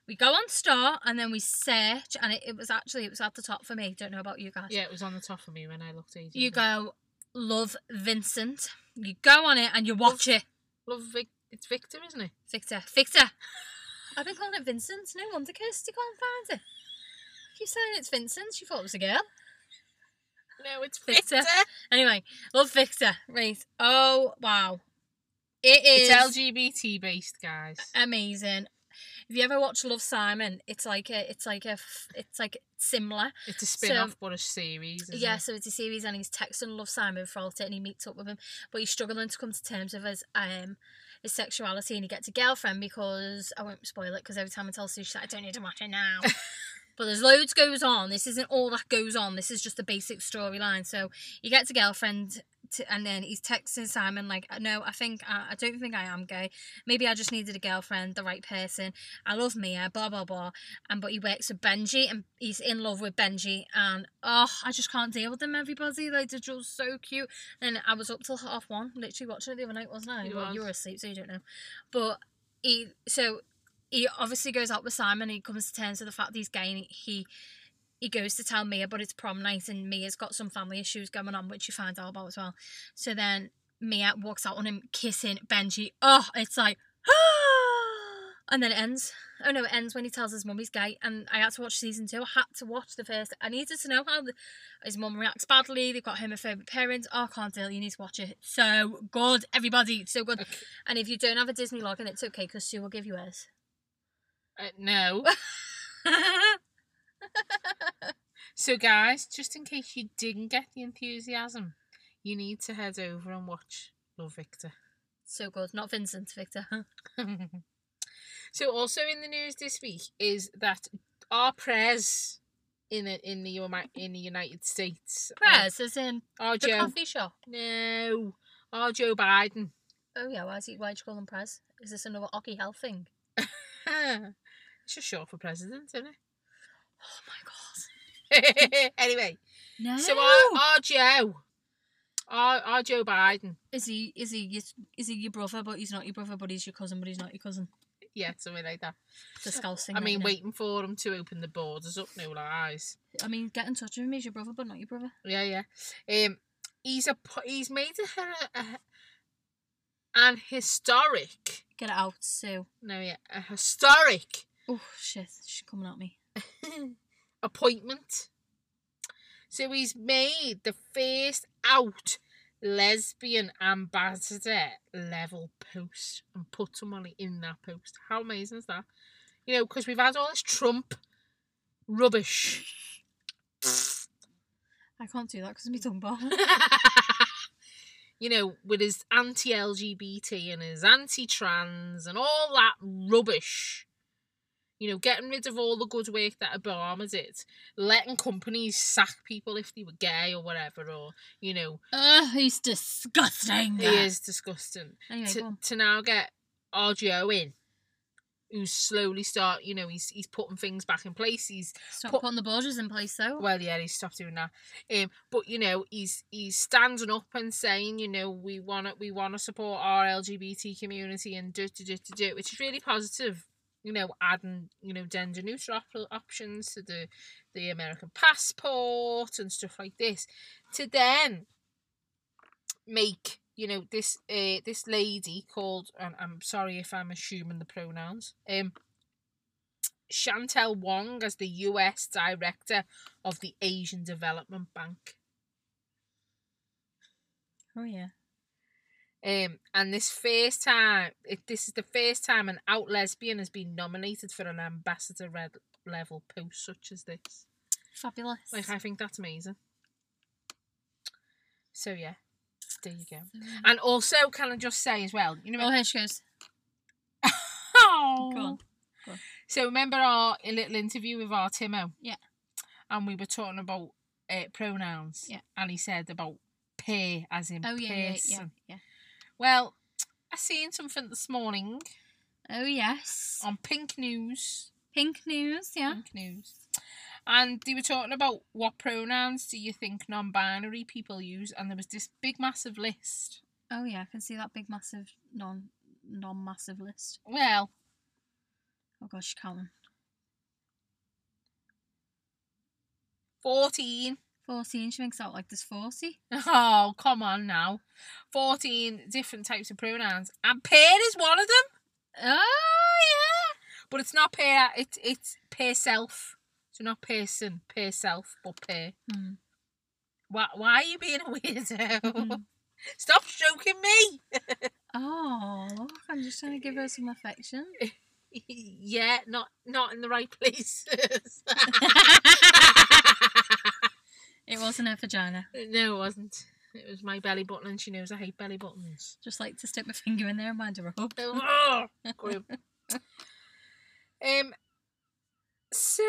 Speaker 3: We go on Star and then we search, and it, it was actually it was at the top for me. Don't know about you guys.
Speaker 2: yeah, it was on the top of me when I looked ages
Speaker 3: You
Speaker 2: ago.
Speaker 3: go love Vincent. You go on it and you watch it.
Speaker 2: Love Vic. It's Victor, isn't it?
Speaker 3: Victor, Victor. I've been calling it Vincent. No wonder Kirsty can't find it. Keep saying it's Vincent. She thought it was a girl.
Speaker 2: No, it's uh,
Speaker 3: Victor.
Speaker 2: Victor.
Speaker 3: Anyway, love Victor. Right. Oh wow, it is
Speaker 2: It's LGBT based, guys.
Speaker 3: amazing. If you ever watch Love Simon, it's like a, it's like a, f- it's like similar.
Speaker 2: It's a spin off, but a series. Isn't
Speaker 3: yeah,
Speaker 2: It?
Speaker 3: so it's a series, and he's texting Love Simon for all it, and he meets up with him, but he's struggling to come to terms with his um his sexuality, and he gets a girlfriend because I won't spoil it because every time I tell Sue, she's like, I don't need to watch it now. But there's loads goes on. This isn't all that goes on. This is just the basic storyline. So he gets a girlfriend, to, and then he's texting Simon like, "Uh, "No, I think I, I don't think I am gay. Maybe I just needed a girlfriend, the right person. I love Mia, blah blah blah." And but he works with Benji, and he's in love with Benji, and oh, I just can't deal with them. Everybody, like they're just so cute. And I was up till half one, literally watching it the other night, wasn't I?
Speaker 2: You
Speaker 3: well,
Speaker 2: was.
Speaker 3: you were asleep, so you don't know. But he, so he obviously goes out with Simon and he comes to terms with the fact that he's gay and he he goes to tell Mia but it's prom night and Mia's got some family issues going on which you find out about as well. So then Mia walks out on him kissing Benji. Oh, it's like *gasps* and then it ends. Oh no, it ends when he tells his mum he's gay and I had to watch season two. I had to watch the first I needed to know how the, his mum reacts badly, they've got homophobic parents. Oh I can't deal, you need to watch it. So good, everybody, so good.
Speaker 2: Okay.
Speaker 3: And if you don't have a Disney login, it's okay because Sue will give you hers.
Speaker 2: Uh,
Speaker 3: *laughs*
Speaker 2: no. So, guys, just in case you didn't get the enthusiasm, you need to head over and watch Love Victor.
Speaker 3: so good. Not Vincent, Victor.
Speaker 2: *laughs* so, also in the news this week is that our prez in the, in the Umi- in the United States,
Speaker 3: *laughs*
Speaker 2: Um,
Speaker 3: Prez, as in
Speaker 2: our, our
Speaker 3: the
Speaker 2: Joe,
Speaker 3: coffee shop.
Speaker 2: no, our Joe Biden, *laughs*
Speaker 3: Oh yeah, why is he, why'd you call him Prez? Is this another Ocky Health thing?
Speaker 2: it's just short for president, isn't
Speaker 3: Oh my
Speaker 2: it? *laughs* anyway,
Speaker 3: god. No.
Speaker 2: so our, our Joe, our, our Joe Biden,
Speaker 3: is he is he your, is he your brother? But he's not your brother. But he's your cousin. But he's not your cousin.
Speaker 2: yeah, something like that.
Speaker 3: It's a scousing.
Speaker 2: I mean, waiting for him to open the borders up, no lies.
Speaker 3: I mean, get in touch with him. He's your brother, but not your brother.
Speaker 2: Yeah, yeah. Um, he's a po- he's made a, her- a, an historic.
Speaker 3: Get it out, Sue.
Speaker 2: No, yeah, a historic
Speaker 3: Oh shit, she's coming at me.
Speaker 2: appointment. So he's made the first out lesbian ambassador level post and put some money in that post. How amazing is that? You know, because we've had all this Trump rubbish.
Speaker 3: I can't do that because me tongue *laughs* bar.
Speaker 2: *laughs* you know, with his anti LGBT and his anti trans and all that rubbish. You know, getting rid of all the good work that Obama did, letting companies sack people if they were gay or whatever, or, you know,
Speaker 3: Ugh, he's disgusting.
Speaker 2: Uh, he is disgusting.
Speaker 3: Anyway, go
Speaker 2: To,
Speaker 3: on.
Speaker 2: to now get RGO in, who's slowly start, you know, he's, he's putting things back in place. He's
Speaker 3: Stop
Speaker 2: put-
Speaker 3: putting the borders in place though.
Speaker 2: well, yeah, he stopped doing that. Um, but you know, he's he's standing up and saying, you know, we want to we want to support our LGBT community and do do do do do, which is really positive. You know, adding you know gender neutral op- options to the the American passport and stuff like this, to then make you know this uh, this lady called and I'm sorry if I'm assuming the pronouns um Chantel Wong as the US director of the Asian Development Bank.
Speaker 3: oh yeah.
Speaker 2: Um, and this first time, it, this is the first time an out lesbian has been nominated for an ambassador red level post such as this.
Speaker 3: Fabulous.
Speaker 2: Like, I think that's amazing. So yeah, there you go.
Speaker 3: So-
Speaker 2: And also, can I just say as well, you know,
Speaker 3: Oh, here she goes.
Speaker 2: Oh. *laughs*
Speaker 3: Go on. Go on.
Speaker 2: So remember our little interview with our Timo?
Speaker 3: Yeah.
Speaker 2: And we were talking about uh, pronouns.
Speaker 3: Yeah.
Speaker 2: And he said about Pear, as in
Speaker 3: Oh yeah, yeah, yeah,
Speaker 2: person.
Speaker 3: yeah.
Speaker 2: Well, I seen something this morning
Speaker 3: Oh yes.
Speaker 2: on Pink News.
Speaker 3: Pink news, yeah.
Speaker 2: Pink News. And they were talking about what pronouns do you think non binary people use? And there was this big, massive list.
Speaker 3: Oh yeah, I can see that big massive non non massive list.
Speaker 2: Well,
Speaker 3: Oh gosh, Calvin.
Speaker 2: 14.
Speaker 3: Fourteen, she makes out like there's forty.
Speaker 2: Oh, come on now. 14 different types of pronouns. And pair is one of them.
Speaker 3: Oh yeah.
Speaker 2: But it's not pair, it's, it's pair self. So not person, pair self, but pair.
Speaker 3: Hmm.
Speaker 2: Why, why are you being a weirdo?
Speaker 3: Mhm.
Speaker 2: *laughs* Stop stroking
Speaker 3: Oh look, I'm just trying to give her some affection.
Speaker 2: me. yeah, not not in the right *laughs* places.
Speaker 3: It wasn't her vagina.
Speaker 2: No, it wasn't. It was my belly button, and she knows I hate belly buttons.
Speaker 3: Just like to stick my finger in there and wind her up.
Speaker 2: Oh. Ugh, grim. um. So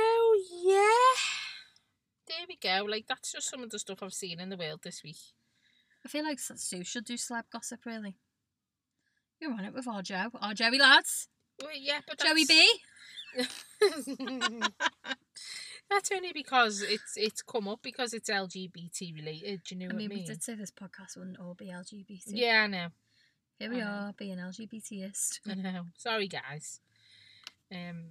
Speaker 2: yeah, there we go. Like that's just some of the stuff I've seen in the world this week.
Speaker 3: I feel like Sue should do slab gossip really. You're on it with our Joe. Our Joey lads.
Speaker 2: Well, yeah, but
Speaker 3: Joey B.
Speaker 2: *laughs* that's only because it's it's come up because it's LGBT related. Do you know
Speaker 3: I
Speaker 2: what
Speaker 3: mean,
Speaker 2: I mean?
Speaker 3: we did say this podcast wouldn't all be LGBT.
Speaker 2: Yeah, I know.
Speaker 3: Here we
Speaker 2: I know.
Speaker 3: are being LGBTist.
Speaker 2: I know. Sorry, guys. Um.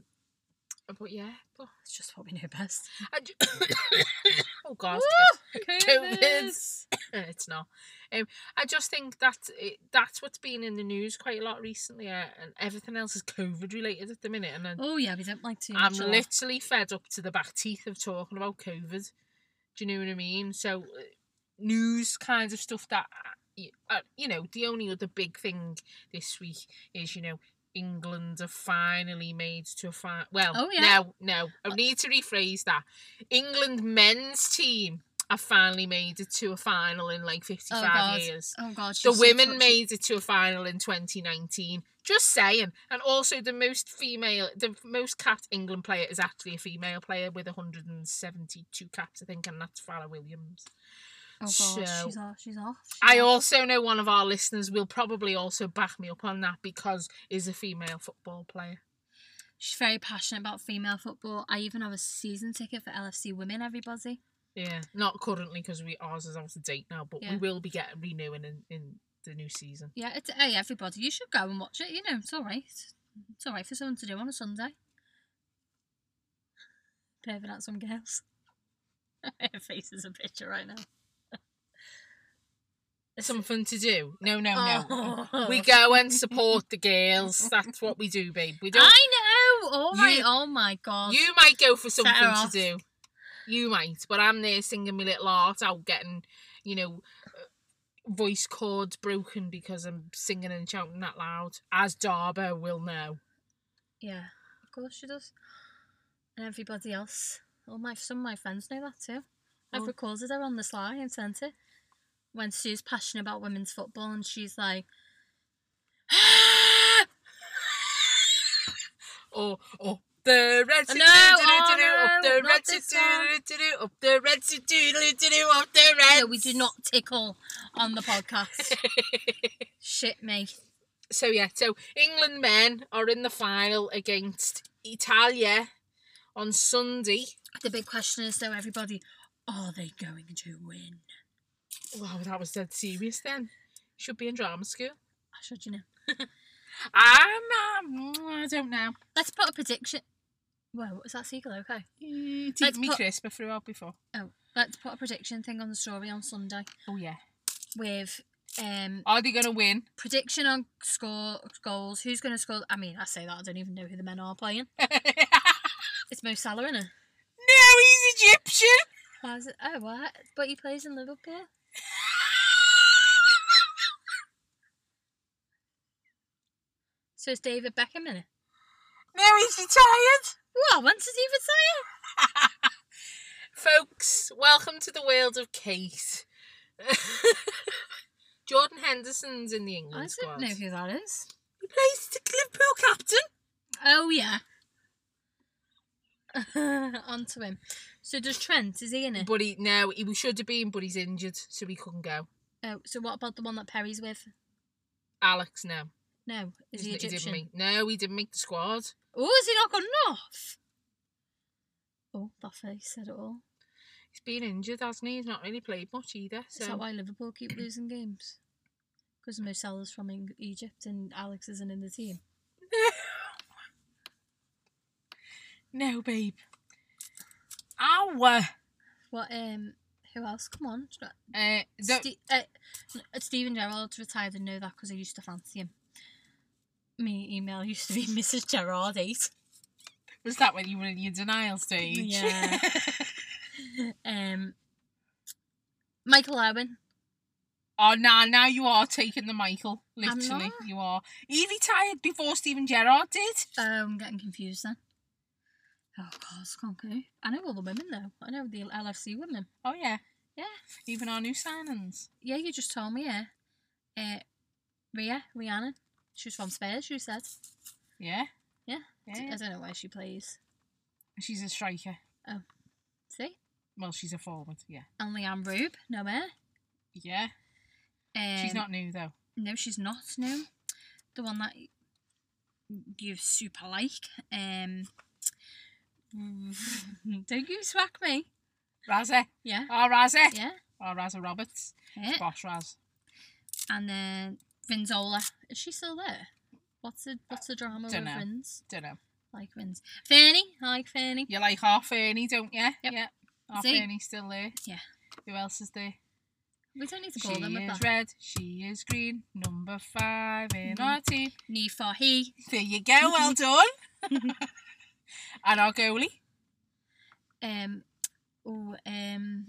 Speaker 2: But yeah, but
Speaker 3: It's just what we know best.
Speaker 2: I ju- *coughs* oh god,
Speaker 3: Covis.
Speaker 2: it's not. Um, I just think that it, that's what's been in the news quite a lot recently, uh, and everything else is COVID related at the minute. And then
Speaker 3: Oh yeah, we don't like too
Speaker 2: I'm
Speaker 3: much. of that.
Speaker 2: literally fed up to the back teeth of talking about COVID. Do you know what I mean? So, uh, news kinds of stuff that, uh, y- uh, you know, the only other big thing this week is, you know, England are finally made to a final. Well,
Speaker 3: Oh, yeah.
Speaker 2: no, no. I need to rephrase that. England men's team have finally made it to a final in like 55
Speaker 3: God.
Speaker 2: years.
Speaker 3: Oh god,
Speaker 2: The
Speaker 3: she's so
Speaker 2: women
Speaker 3: touchy.
Speaker 2: made it to a final in 2019. Just saying. And also, the most female, the most capped England player is actually a female player with 172 caps, I think, and that's Farrah Williams.
Speaker 3: Oh god,
Speaker 2: so-
Speaker 3: she's off. She's off. she's
Speaker 2: I
Speaker 3: off.
Speaker 2: also know one of our listeners will probably also back me up on that because is a female football player.
Speaker 3: She's very passionate about female football. I even have a season ticket for LFC Women. Everybody.
Speaker 2: Yeah, not currently because we ours is out of date now, but
Speaker 3: Yeah.
Speaker 2: we will be getting renewing in, in the new season.
Speaker 3: Yeah, it's hey everybody. You should go and watch it. You know, it's all right. It's all right for someone to do on a Sunday. Perving at some girls. *laughs* Her face is a picture right now.
Speaker 2: Something to do? No, no, no.
Speaker 3: Oh.
Speaker 2: We go and support
Speaker 3: *laughs*
Speaker 2: the girls. That's what we do, babe. We don't.
Speaker 3: I know. All
Speaker 2: You-
Speaker 3: right. oh my god.
Speaker 2: You might go for something
Speaker 3: her
Speaker 2: to
Speaker 3: off.
Speaker 2: do. You might, but I'm there singing my little heart out, getting, you know, uh, voice cords broken because I'm singing and shouting that loud, as Darbo will
Speaker 3: *gasps*
Speaker 2: know.
Speaker 3: Yeah, of course she does. And everybody else. All my some of my friends know that too. I've
Speaker 2: Oh.
Speaker 3: recorded her on the sly and sent it. When Sue's passionate about women's football and she's like,
Speaker 2: Or, or the red
Speaker 3: Oh,
Speaker 2: sea
Speaker 3: no, oh,
Speaker 2: up
Speaker 3: no,
Speaker 2: the
Speaker 3: not
Speaker 2: red
Speaker 3: this
Speaker 2: sea
Speaker 3: one.
Speaker 2: up the red sea up the red.
Speaker 3: "No, we do not tickle on the podcast." Shit me.
Speaker 2: So yeah, so England men are in the final against Italia on Sunday.
Speaker 3: The big question is though, everybody, are they going to win?
Speaker 2: Wow, that was dead serious then. Should be in drama school.
Speaker 3: I should you know.
Speaker 2: I'm, um, I don't know.
Speaker 3: Let's put a prediction. Whoa, was that seagull? Okay.
Speaker 2: Mm,
Speaker 3: Let's
Speaker 2: me
Speaker 3: put-
Speaker 2: crisp throughout before.
Speaker 3: Oh, let's put a prediction thing on the story on Sunday
Speaker 2: Oh yeah.
Speaker 3: with um
Speaker 2: Are they gonna win?
Speaker 3: prediction on score goals. Who's going to score? I mean, I say that I don't even know who the men are playing.
Speaker 2: no,
Speaker 3: It's Mo Salah, is
Speaker 2: he's Egyptian.
Speaker 3: Why is it? Oh, what? But he plays in Liverpool. So it's David Beckham in it.
Speaker 2: No, he's retired.
Speaker 3: What? When did he retire?
Speaker 2: Folks, welcome to the world of Kate. *laughs* Jordan Henderson's in the England
Speaker 3: I
Speaker 2: squad.
Speaker 3: don't know who that is.
Speaker 2: He plays the Liverpool captain.
Speaker 3: Oh yeah. *laughs* On to him. So does Trent? Is he in it?
Speaker 2: But he no, he should have been, but he's injured, so he couldn't go.
Speaker 3: Oh, so what about the one that Perry's with?
Speaker 2: Alex, no.
Speaker 3: No, is he
Speaker 2: He didn't
Speaker 3: Egyptian?
Speaker 2: make, no, he didn't make the squad.
Speaker 3: Oh, is he not good enough? Oh, that face said it all.
Speaker 2: He's been injured, hasn't he? He's not really played much either.
Speaker 3: Is that
Speaker 2: So
Speaker 3: why Liverpool keep losing games? Because Mo Salah's from Eng- Egypt and Alex isn't in the team.
Speaker 2: no, babe. Ow!
Speaker 3: What? Um, who else? Come on,
Speaker 2: Uh, the,
Speaker 3: Ste- uh, uh, Stephen Gerrard's retired and know that because I used to fancy him. Me email used to be *laughs* Mrs. Gerrard eight.
Speaker 2: was that when you were in your denial stage?
Speaker 3: Yeah. Um, Michael Owen.
Speaker 2: *laughs* oh, nah, now you are taking the Michael.
Speaker 3: I'm
Speaker 2: Literally,
Speaker 3: not.
Speaker 2: you are. He retired before Stephen Gerrard did.
Speaker 3: Oh, I'm getting confused then. Oh God, it's gone I know all the women though. I know the LFC women.
Speaker 2: Oh, yeah.
Speaker 3: Yeah.
Speaker 2: Even our new signings.
Speaker 3: Yeah, you just told me. Yeah. Uh, Ria, Rihanna. She was from Spurs. You said.
Speaker 2: Yeah.
Speaker 3: Yeah.
Speaker 2: yeah.
Speaker 3: I don't know where she plays.
Speaker 2: She's a striker.
Speaker 3: See,
Speaker 2: Well, she's a forward. Yeah.
Speaker 3: and Leanne Rube. No where.
Speaker 2: Yeah.
Speaker 3: Um,
Speaker 2: she's not new, though.
Speaker 3: No, she's not. No, the one that you super like. Um, *laughs* don't you smack me?
Speaker 2: Raza.
Speaker 3: Yeah,
Speaker 2: Oh, Raza. *laughs*
Speaker 3: yeah,
Speaker 2: Oh, Raza Roberts.
Speaker 3: yeah.
Speaker 2: Bosh Raz.
Speaker 3: And then Vinzola. Is she still there? What's the What's the drama with
Speaker 2: Dunno.
Speaker 3: Vinz?
Speaker 2: Don't know.
Speaker 3: Like Vinz. Fanny, I like Fanny.
Speaker 2: You like half Ernie, don't you?
Speaker 3: Yep.
Speaker 2: Yeah. Half
Speaker 3: See?
Speaker 2: Ernie's still there.
Speaker 3: Yeah.
Speaker 2: Who else is there?
Speaker 3: We don't need to
Speaker 2: She
Speaker 3: call them with
Speaker 2: is
Speaker 3: that.
Speaker 2: red, she is green, number five in
Speaker 3: Mhm.
Speaker 2: our team.
Speaker 3: Knee for he.
Speaker 2: There you go,
Speaker 3: *laughs*
Speaker 2: well done. and our goalie.
Speaker 3: Um, oh, um,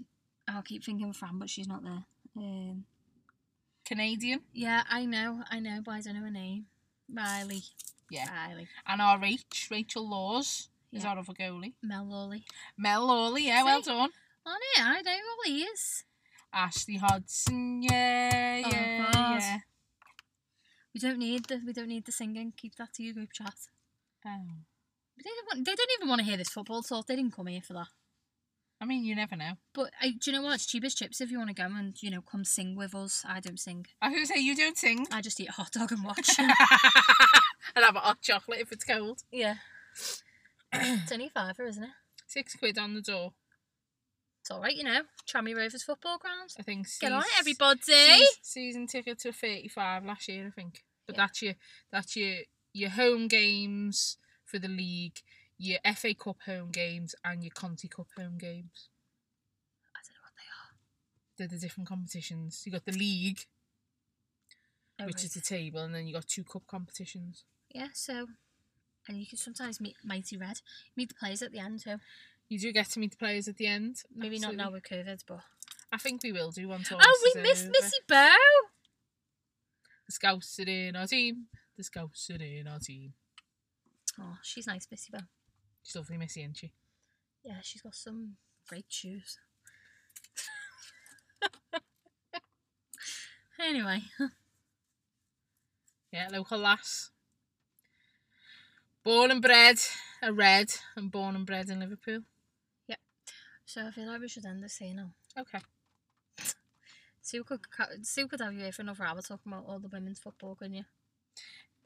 Speaker 3: I'll keep thinking of Fran, but she's not there. Um,
Speaker 2: Canadian.
Speaker 3: yeah, I know, I know, but I don't know her name. Riley.
Speaker 2: Yeah.
Speaker 3: Riley.
Speaker 2: And our Rach, Rachel Laws, is
Speaker 3: Yeah.
Speaker 2: our other goalie.
Speaker 3: Mel Lawley.
Speaker 2: Mel Lawley, yeah, well
Speaker 3: See?
Speaker 2: done.
Speaker 3: On it, I know all he is.
Speaker 2: Ashley Hodson, yeah,
Speaker 3: Oh,
Speaker 2: yeah,
Speaker 3: God.
Speaker 2: yeah.
Speaker 3: We don't need the we don't need the singing. Keep that to your group chat.
Speaker 2: Oh.
Speaker 3: They don't, want, they don't even want to hear this football talk. They didn't come here for that.
Speaker 2: I mean, you never know.
Speaker 3: But I, do you know what? It's cheap as chips if you want to go and you know come sing with us. I don't sing.
Speaker 2: I was going to say, you don't
Speaker 3: *laughs*
Speaker 2: sing. *laughs*
Speaker 3: I just eat a hot dog and watch.
Speaker 2: and have a hot chocolate if it's cold.
Speaker 3: yeah. it's only a fiver, isn't it?
Speaker 2: Six quid on the door.
Speaker 3: It's all right, you know. Trammy Rovers football ground.
Speaker 2: I think.
Speaker 3: Get on it,
Speaker 2: seas-
Speaker 3: everybody.
Speaker 2: seas- Season ticket to thirty-five last year, I think. But
Speaker 3: Yeah.
Speaker 2: that's your that's your your home games for the league, your FA Cup home games, and your Conti Cup home games.
Speaker 3: I don't know what they are.
Speaker 2: They're the different competitions. You got the league,
Speaker 3: Oh,
Speaker 2: which
Speaker 3: right.
Speaker 2: is the table, and then you got two cup competitions.
Speaker 3: yeah. So, and you can sometimes meet Mighty Red. Meet the players at the end too.
Speaker 2: You do get to meet the players at the end.
Speaker 3: Maybe
Speaker 2: absolutely.
Speaker 3: not now with COVID, but
Speaker 2: I think we will do once. all
Speaker 3: *laughs* oh,
Speaker 2: this
Speaker 3: we
Speaker 2: is
Speaker 3: missed
Speaker 2: over.
Speaker 3: Missy Bow.
Speaker 2: The scouts are in our team. The scouts are in our team.
Speaker 3: Oh, she's nice, Missy Bow.
Speaker 2: She's lovely, Missy, isn't she?
Speaker 3: Yeah, she's got some great shoes. anyway,
Speaker 2: Yeah, local lass. Born and bred a red and born and bred in Liverpool.
Speaker 3: so I feel like we should end this here now.
Speaker 2: Okay.
Speaker 3: See, we could ca- see we could have you here for another hour talking about all the women's football, couldn't you?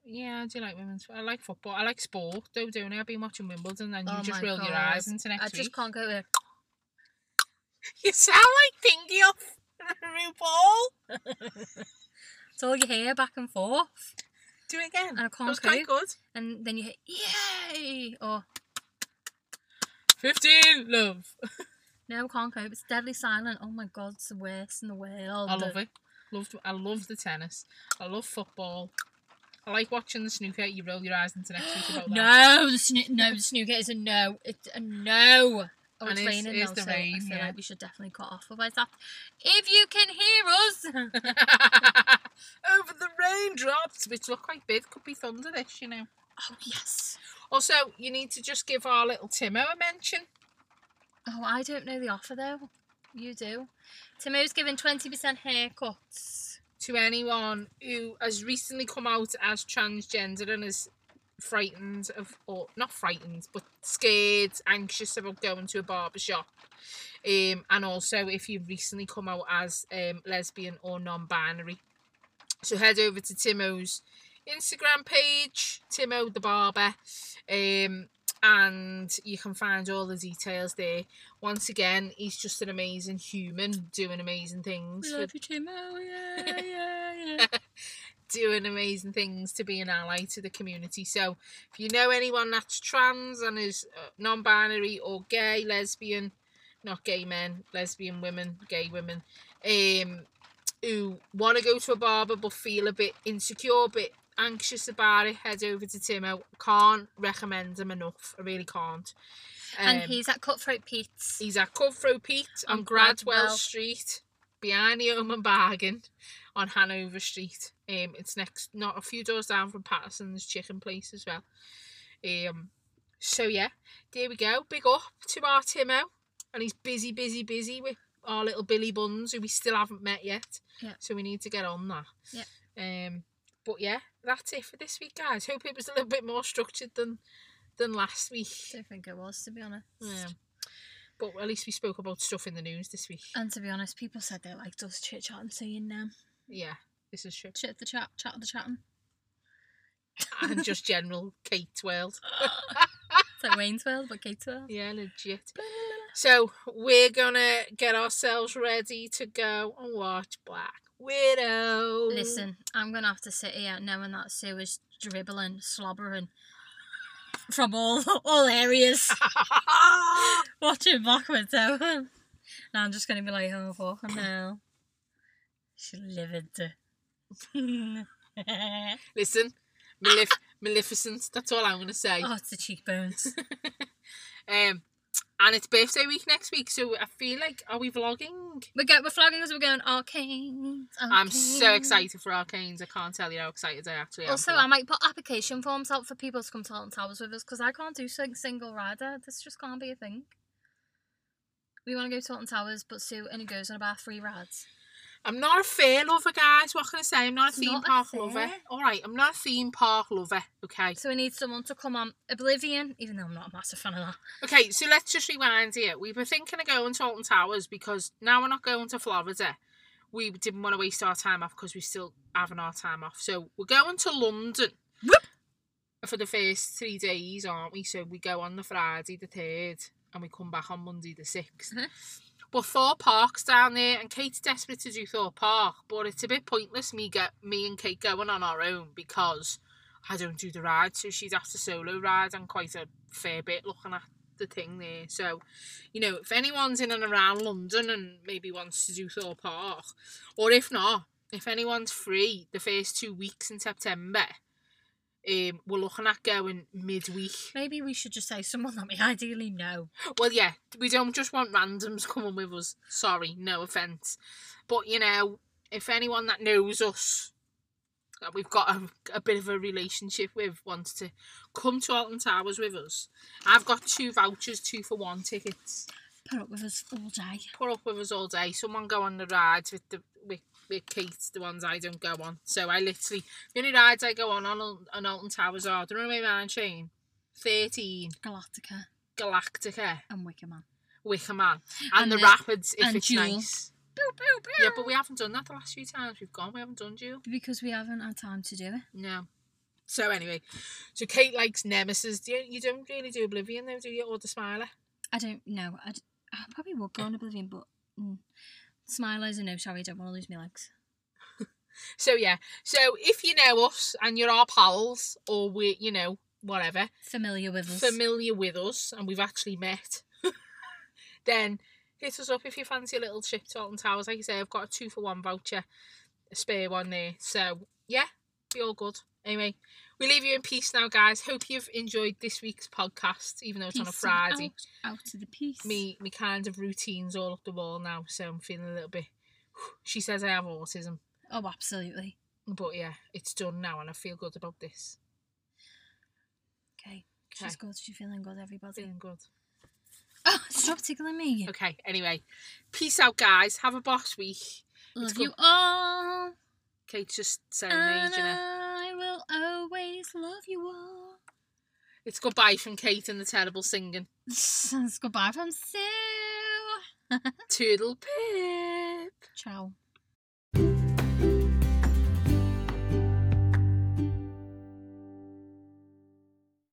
Speaker 2: Yeah, I do like women's. I like football. I like sport though, don't I? I've been watching Wimbledon, and you
Speaker 3: Oh
Speaker 2: just
Speaker 3: my
Speaker 2: roll your
Speaker 3: God.
Speaker 2: eyes into next
Speaker 3: I just
Speaker 2: week. *laughs*
Speaker 3: can't go there.
Speaker 2: You sound like Pinky off *laughs* RuPaul.
Speaker 3: It's all you hear back and forth,
Speaker 2: Do it again.
Speaker 3: and I
Speaker 2: That
Speaker 3: can't
Speaker 2: was
Speaker 3: go.
Speaker 2: quite good.
Speaker 3: And then you hear yay or
Speaker 2: Fifteen, love.
Speaker 3: no, I can't cope. It's deadly silent. Oh my god, it's the worst in the world.
Speaker 2: I love it. Loved. I love the tennis. I love football. I like watching the snooker. You roll your eyes into next week *gasps* about that.
Speaker 3: No, the snoo- no, the snooker is a no. It's a no. Oh,
Speaker 2: And
Speaker 3: it's
Speaker 2: it's-
Speaker 3: raining
Speaker 2: it's
Speaker 3: now,
Speaker 2: the
Speaker 3: so I
Speaker 2: rain,
Speaker 3: feel
Speaker 2: yeah.
Speaker 3: like we should definitely cut off. Otherwise, that if you can hear us,
Speaker 2: *laughs* Over the raindrops, which look quite big, could be thunder. This, you know.
Speaker 3: oh yes.
Speaker 2: Also, you need to just give our little Timo a mention.
Speaker 3: Oh, I don't know the offer though. You do. Timo's giving twenty percent haircuts.
Speaker 2: to anyone who has recently come out as transgender and has frightened of, or not frightened, but scared, anxious about going to a barber shop. Um, and also if you've recently come out as um, lesbian or non-binary. So head over to Timo's Instagram page, Timo the Barber, um, and you can find all the details there. Once again, he's just an amazing human doing amazing things.
Speaker 3: We
Speaker 2: for
Speaker 3: love you, Timo. *laughs* Yeah, yeah, yeah.
Speaker 2: doing amazing things to be an ally to the community. So if you know anyone that's trans and is uh, non-binary or gay, lesbian, not gay men, lesbian women, gay women, um, who want to go to a barber but feel a bit insecure, a bit anxious about it, head over to Timo. Can't recommend him enough. I really can't.
Speaker 3: and
Speaker 2: Um,
Speaker 3: he's at Cutthroat Pete's.
Speaker 2: He's at Cutthroat Pete on,
Speaker 3: On
Speaker 2: Gradwell
Speaker 3: Gradwell.
Speaker 2: Street, behind the Omen Bargain on Hanover Street. Um, it's next, not a few doors down from Patterson's Chicken Place as well. Um, so yeah, there we go. Big up to our Timo, and he's busy, busy, busy with our little Billy Buns, who we still haven't met yet.
Speaker 3: Yeah.
Speaker 2: So we need to get on that.
Speaker 3: Yeah.
Speaker 2: Um, but yeah, that's it for this week, guys. Hope it was a little bit more structured than than last week.
Speaker 3: don't think it was, to be honest.
Speaker 2: Yeah. But at least we spoke about stuff in the news this
Speaker 3: *laughs*
Speaker 2: week.
Speaker 3: And to be honest, people said they liked us chit chatting, seeing them.
Speaker 2: yeah, this is true.
Speaker 3: Chit the chat, chat the chatting.
Speaker 2: and just
Speaker 3: *laughs*
Speaker 2: general Kate world.
Speaker 3: It's like Wayne's World, but Kate's World.
Speaker 2: Yeah, legit. So we're gonna get ourselves ready to go and watch Black Widow.
Speaker 3: Listen, I'm gonna have to sit here knowing that Sue is dribbling, slobbering from all *laughs* all areas. *laughs* Watching Black *laughs* Widow. now I'm just gonna be like, oh fucking hell. She livid. *laughs*
Speaker 2: *laughs*
Speaker 3: oh,
Speaker 2: *laughs* Listen,
Speaker 3: *laughs*
Speaker 2: Malef- Maleficent. That's all I'm gonna say.
Speaker 3: Oh, it's the cheekbones.
Speaker 2: Um, and it's birthday week next week, so I feel like are we vlogging?
Speaker 3: We go, we're flogging because we're going arcades.
Speaker 2: I'm so
Speaker 3: arcades.
Speaker 2: excited for Arcanes. I can't tell you how excited I actually am.
Speaker 3: Also,
Speaker 2: for that.
Speaker 3: I might put application forms out for people to come to Alton Towers with us because I can't do sing- single rider. This just can't be a thing. We want to go to Alton Towers, but Sue only goes on about three rides.
Speaker 2: I'm not a fair lover, guys. What can I say? I'm not a
Speaker 3: It's
Speaker 2: theme
Speaker 3: not a
Speaker 2: park
Speaker 3: fair.
Speaker 2: lover. All right, I'm not a theme park lover. Okay.
Speaker 3: So we need someone to come on Oblivion, even though I'm not a massive fan of that.
Speaker 2: Okay, so let's just rewind here. We were thinking of going to Alton Towers because now we're not going to Florida. We didn't want to waste our time off because we're still having our time off. So we're going to London
Speaker 3: Whoop.
Speaker 2: for the first three days, aren't we? So we go on the Friday the 3rd and we come back on Monday the 6th.
Speaker 3: Mhm.
Speaker 2: But four parks down there, and Kate's desperate to do Thor Park, but it's a bit pointless me get me and Kate going on our own because I don't do the ride, so she'd have to solo ride and quite a fair bit looking at the thing there. So, you know, if anyone's in and around London and maybe wants to do Thor Park, or if not, if anyone's free the first two weeks in September, um, we're looking at going midweek.
Speaker 3: Maybe we should just say someone that we ideally know.
Speaker 2: Well, yeah, we don't just want randoms coming with us. Sorry, no offence. But, you know, if anyone that knows us, that we've got a, a bit of a relationship with, wants to come to Alton Towers with us, I've got two vouchers, two for one tickets.
Speaker 3: Put up with us all day.
Speaker 2: Put up with us all day. Someone go on the rides with the with, with Kate, the ones I don't go on. So I literally, the only rides I go on on, Al- on Alton Towers are the Runaway Man Train, 13,
Speaker 3: Galactica
Speaker 2: Galactica,
Speaker 3: and Wicker Man.
Speaker 2: Wicker Man and,
Speaker 3: And
Speaker 2: the
Speaker 3: the-
Speaker 2: rapids if
Speaker 3: and
Speaker 2: it's
Speaker 3: Jewel.
Speaker 2: nice.
Speaker 3: Pew, pew, pew.
Speaker 2: Yeah, but we haven't done that the last few times we've gone. We haven't done Jewel.
Speaker 3: Because we haven't had time to do it.
Speaker 2: No. So anyway, so Kate likes Nemesis. Do you, you don't really do Oblivion though, do you? Or the Smiler?
Speaker 3: I don't know. I, d- I probably would go on Oblivion, but mm, Smiler's a no. Sorry, don't want to lose my legs.
Speaker 2: So yeah. So if you know us and you're our pals or we, you know, whatever,
Speaker 3: Familiar with us.
Speaker 2: familiar with us and we've actually met, *laughs* then hit us up if you fancy a little trip to Alton Towers. Like I say, I've got a two for one voucher, a spare one there. So yeah, be all good. Anyway, we leave you in peace now, guys. Hope you've enjoyed this week's podcast, even though it's on a
Speaker 3: Peace and
Speaker 2: Friday.
Speaker 3: Out, out of the piece.
Speaker 2: Me, me kind of routine's all up the wall now, so I'm feeling a little bit. *sighs* She says I have autism,
Speaker 3: Oh, absolutely.
Speaker 2: but yeah, it's done now, and I feel good about this.
Speaker 3: Okay.
Speaker 2: Okay.
Speaker 3: She's good. She's feeling good, everybody.
Speaker 2: Feeling good.
Speaker 3: *laughs* Oh, stop tickling me.
Speaker 2: Okay. Anyway, peace out, guys. Have a boss week.
Speaker 3: Love
Speaker 2: good.
Speaker 3: you all.
Speaker 2: Kate's just saying,
Speaker 3: And
Speaker 2: you know.
Speaker 3: I will always love you all. *laughs*
Speaker 2: It's goodbye from Kate and the terrible singing.
Speaker 3: Let's go bye from Sue.
Speaker 2: Toodle pip.
Speaker 3: Ciao.